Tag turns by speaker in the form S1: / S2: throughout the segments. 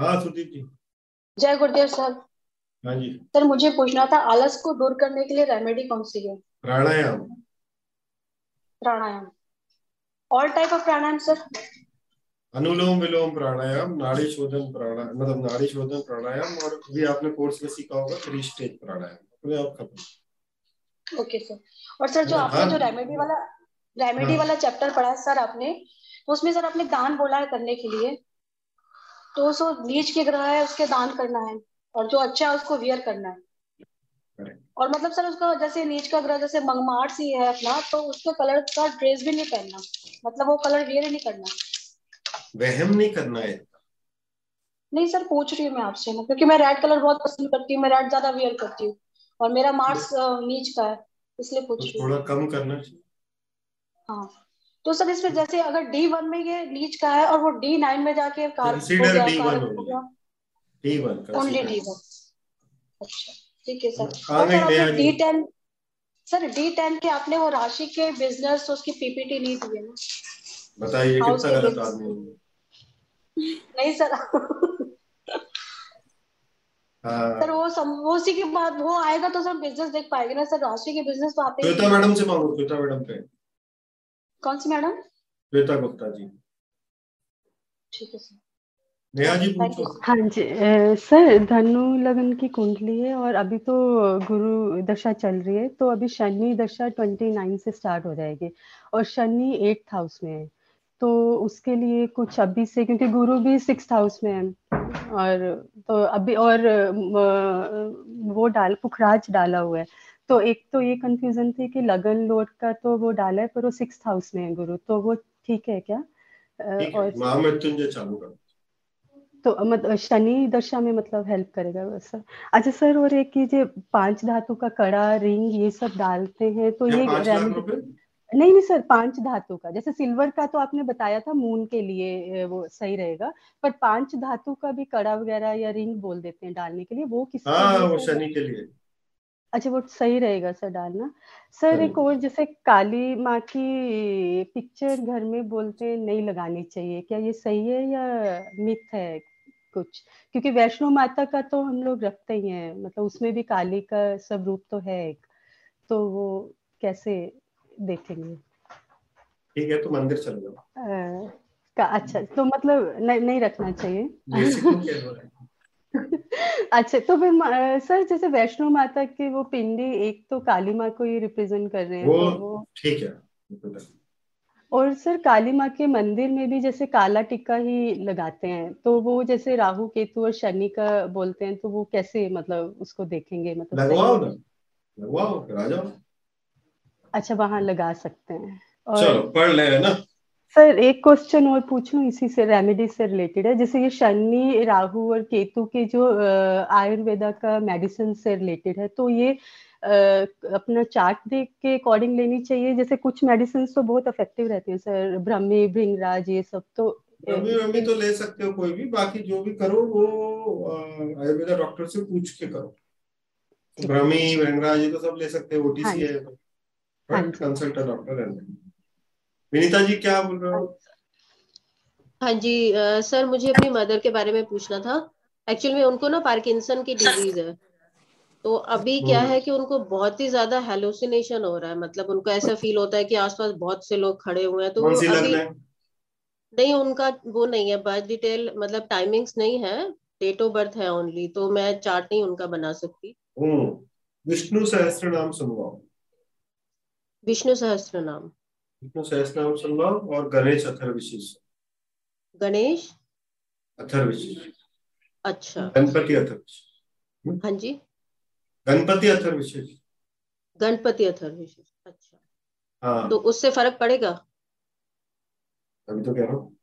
S1: हाँ सुदीप जी
S2: जय गुरुदेव साहब
S1: हाँ जी
S2: सर मुझे पूछना था आलस को दूर करने के लिए रेमेडी कौन सी है
S1: pranayam
S2: pranayam all type of pranayam sir
S1: Anulom Vilom pranayam नाड़ी शोधन प्राणायाम मतलब नाड़ी शोधन प्राणायाम और भी आपने कोर्स में सीखा होगा थ्री स्टेज प्राणायाम अपने आप खत्म
S2: ओके सर और सर जो आपने
S1: हाँ।
S2: जो रेमेडी वाला रेमेडी
S1: हाँ।
S2: वाला चैप्टर पढ़ा है सर आपने तो उसमें सर आपने दान बोला है करने के लिए तो सो नीच के ग्रह है उसके दान करना है और जो अच्छा है उसको वियर करना है
S1: Correct.
S2: और मतलब सर उसका जैसे नीच का ग्रह जैसे मंगमार सी है अपना तो उसके कलर का ड्रेस भी नहीं पहनना मतलब वो कलर वियर ही नहीं करना
S1: वहम नहीं करना है तो
S2: नहीं सर पूछ रही हूँ मैं आपसे मैं क्योंकि मैं रेड कलर बहुत पसंद करती हूँ मैं रेड ज्यादा वियर करती हूँ और मेरा मार्स अ, नीच का है इसलिए
S1: तो
S2: पूछ रही
S1: हाँ।
S2: हूँ
S1: थोड़ा कम करना चाहिए
S2: हाँ तो सर इसमें जैसे अगर डी वन में ये नीच का है और वो डी नाइन में जाके कार
S1: Consider D1 हो गया। D one
S2: only D one अच्छा ठीक है सर
S1: हाँ,
S2: और
S1: नहीं,
S2: सर आपने
S1: नहीं,
S2: डी
S1: नहीं।
S2: टेन सर डी टेन के आपने वो राशि के बिजनेस उसकी पीपीटी नहीं दी है ना
S1: बताइए
S2: House
S1: कितना गलत
S2: savings.
S1: आदमी हूँ
S2: नहीं सर सर
S1: हाँ
S2: वो सम, वो उसी की बात वो आएगा तो सर बिजनेस देख पाएंगे ना सर राशि के बिजनेस तो आते
S1: श्वेता
S2: ही
S1: मैडम से मांगो श्वेता मैडम पे
S2: कौन सी मैडम
S1: श्वेता गुप्ता जी
S2: ठीक है sir
S1: Neha ji
S2: thank you
S1: पूछो
S3: हाँ जी अ, सर धनु लगन की कुंडली है और अभी तो गुरु दशा चल रही है तो अभी शनि दशा ट्वेंटी नाइन से स्टार्ट हो जाएगी और शनि एट्थ हाउस में है तो उसके लिए कुछ अभी से क्योंकि गुरु भी सिक्स्थ हाउस में है और तो अभी और अ, वो डाल पुखराज डाला हुआ है तो एक तो ये कंफ्यूजन थी कि लगन लोट का तो वो डाला है पर वो सिक्स्थ हाउस में है गुरु तो वो ठीक है क्या अ,
S1: ठीक है
S3: और
S1: महामृत्युंजय चालू करो
S3: तो मतलब शनि दशा में मतलब हेल्प करेगा वो सर अच्छा सर और एक ये जो पांच धातु का कड़ा रिंग ये सब डालते हैं तो
S1: क्या
S3: ये
S1: पांच लाख
S3: रेमेडी
S1: रुपए
S3: नहीं नहीं सर पांच धातु का जैसे सिल्वर का तो आपने बताया था मून के लिए ए, वो सही रहेगा पर पांच धातु का भी कड़ा वगैरह या रिंग बोल देते हैं डालने के लिए वो किसके
S1: हाँ
S3: लिए
S1: वो
S3: सर
S1: शनि के लिए
S3: अच्छा वो सही रहेगा सर डालना सर एक और जैसे काली माँ की पिक्चर घर में बोलते हैं नहीं लगानी चाहिए क्या ये सही है या मिथ है कुछ क्योंकि वैष्णो माता का तो हम लोग रखते ही हैं मतलब उसमें भी काली का सब रूप तो है एक तो वो कैसे देखेंगे
S1: ठीक है तो मंदिर चले जाओ
S3: अ, का अच्छा तो मतलब नहीं नहीं रखना चाहिए
S1: बेसिक नहीं कह रहा है।
S3: अच्छा तो फिर मा- अ, सर जैसे वैष्णो माता की वो पिंडी एक तो काली माँ को ही रिप्रेजेंट कर रहे हैं
S1: वो-
S3: तो वो
S1: ठीक है
S3: और सर काली माँ के मंदिर में भी जैसे काला टिक्का ही लगाते हैं तो वो जैसे राहु केतु और शनि का बोलते हैं तो वो कैसे मतलब उसको देखेंगे मतलब सही
S1: लगवाओ
S3: है?
S1: ना लगवाओ फिर आ जाओ
S3: अच्छा वहां लगा सकते हैं
S1: चलो
S3: और
S1: पढ़ ले है ना
S3: सर एक क्वेश्चन और पूछूं इसी से रेमेडी से रिलेटेड है जैसे ये शनि राहु और केतु के जो अ, आयुर्वेदा का मेडिसिन से रिलेटेड है तो ये अ, अपना चार्ट देख के अकॉर्डिंग लेनी चाहिए जैसे कुछ मेडिसिन तो बहुत इफेक्टिव रहती हैं सर ब्रह्मी भृंगराज ये सब तो अ,
S1: अभी अभी तो ले सकते हो कोई भी बाकी जो भी करो वो अ, आयुर्वेदा डॉक्टर से पूछ के करो
S3: ठीक।
S1: भ्रमी वैंगराज ये तो सब ले सकते हो
S3: हाँ
S1: ओटीसी
S3: जी।
S1: है
S3: हाँ जी।
S1: कंसल्ट डॉक्टर है विनीता जी क्या बोल रहे हो
S4: हाँ जी अ, सर मुझे अपनी मदर के बारे में पूछना था एक्चुअली में उनको ना पार्किंसन की डिजीज है तो अभी क्या
S1: हम्म।
S4: है कि उनको बहुत ही ज्यादा हेलोसिनेशन हो रहा है मतलब उनको ऐसा फील होता है कि आसपास बहुत से लोग खड़े हुए हैं तो वो
S1: कौन सी लग
S4: अभी
S1: रहे हैं
S4: नहीं उनका वो नहीं है बर्थ डिटेल मतलब टाइमिंग्स नहीं है डेट ऑफ बर्थ है ओनली तो मैं चार्ट नहीं उनका बना सकती
S1: हम्म, विष्णु सहस्त्र नाम सुनवाओ
S4: विष्णु सहस्त्र नाम
S1: विष्णु सहस्त्र नाम सुनवाओ और गणेश अथर्वशीष
S4: गणेश
S1: अथर्वशीष
S4: अच्छा
S1: गणपति अथर्वशीष
S4: हाँ जी
S1: गणपति अथर्वशीष
S4: गणपति अथर्वशीष अच्छा
S1: हाँ
S4: तो उससे फर्क पड़ेगा
S1: अभी तो कह रहा हूँ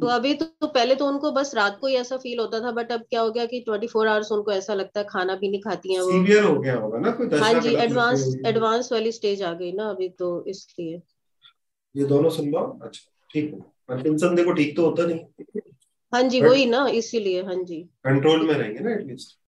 S4: तो अभी तो, तो पहले तो उनको बस रात को ही ऐसा फील होता था बट अब क्या हो गया कि ट्वेंटी फोर आवर्स उनको ऐसा लगता है खाना भी नहीं खाती हैं वो
S1: सीवियर हो गया होगा ना कोई दशा
S4: हाँ जी
S1: गलत लग
S4: एडवांस
S1: गई होगी।
S4: एडवांस वाली स्टेज आ गई ना अभी तो इसलिए
S1: ये दोनों संभव अच्छा ठीक है पार्किंसन देखो ठीक तो होता नहीं
S4: हाँ जी
S1: But-
S4: वही ना इसीलिए हाँ जी
S1: कंट्रोल में रहेंगे ना एटलीस्ट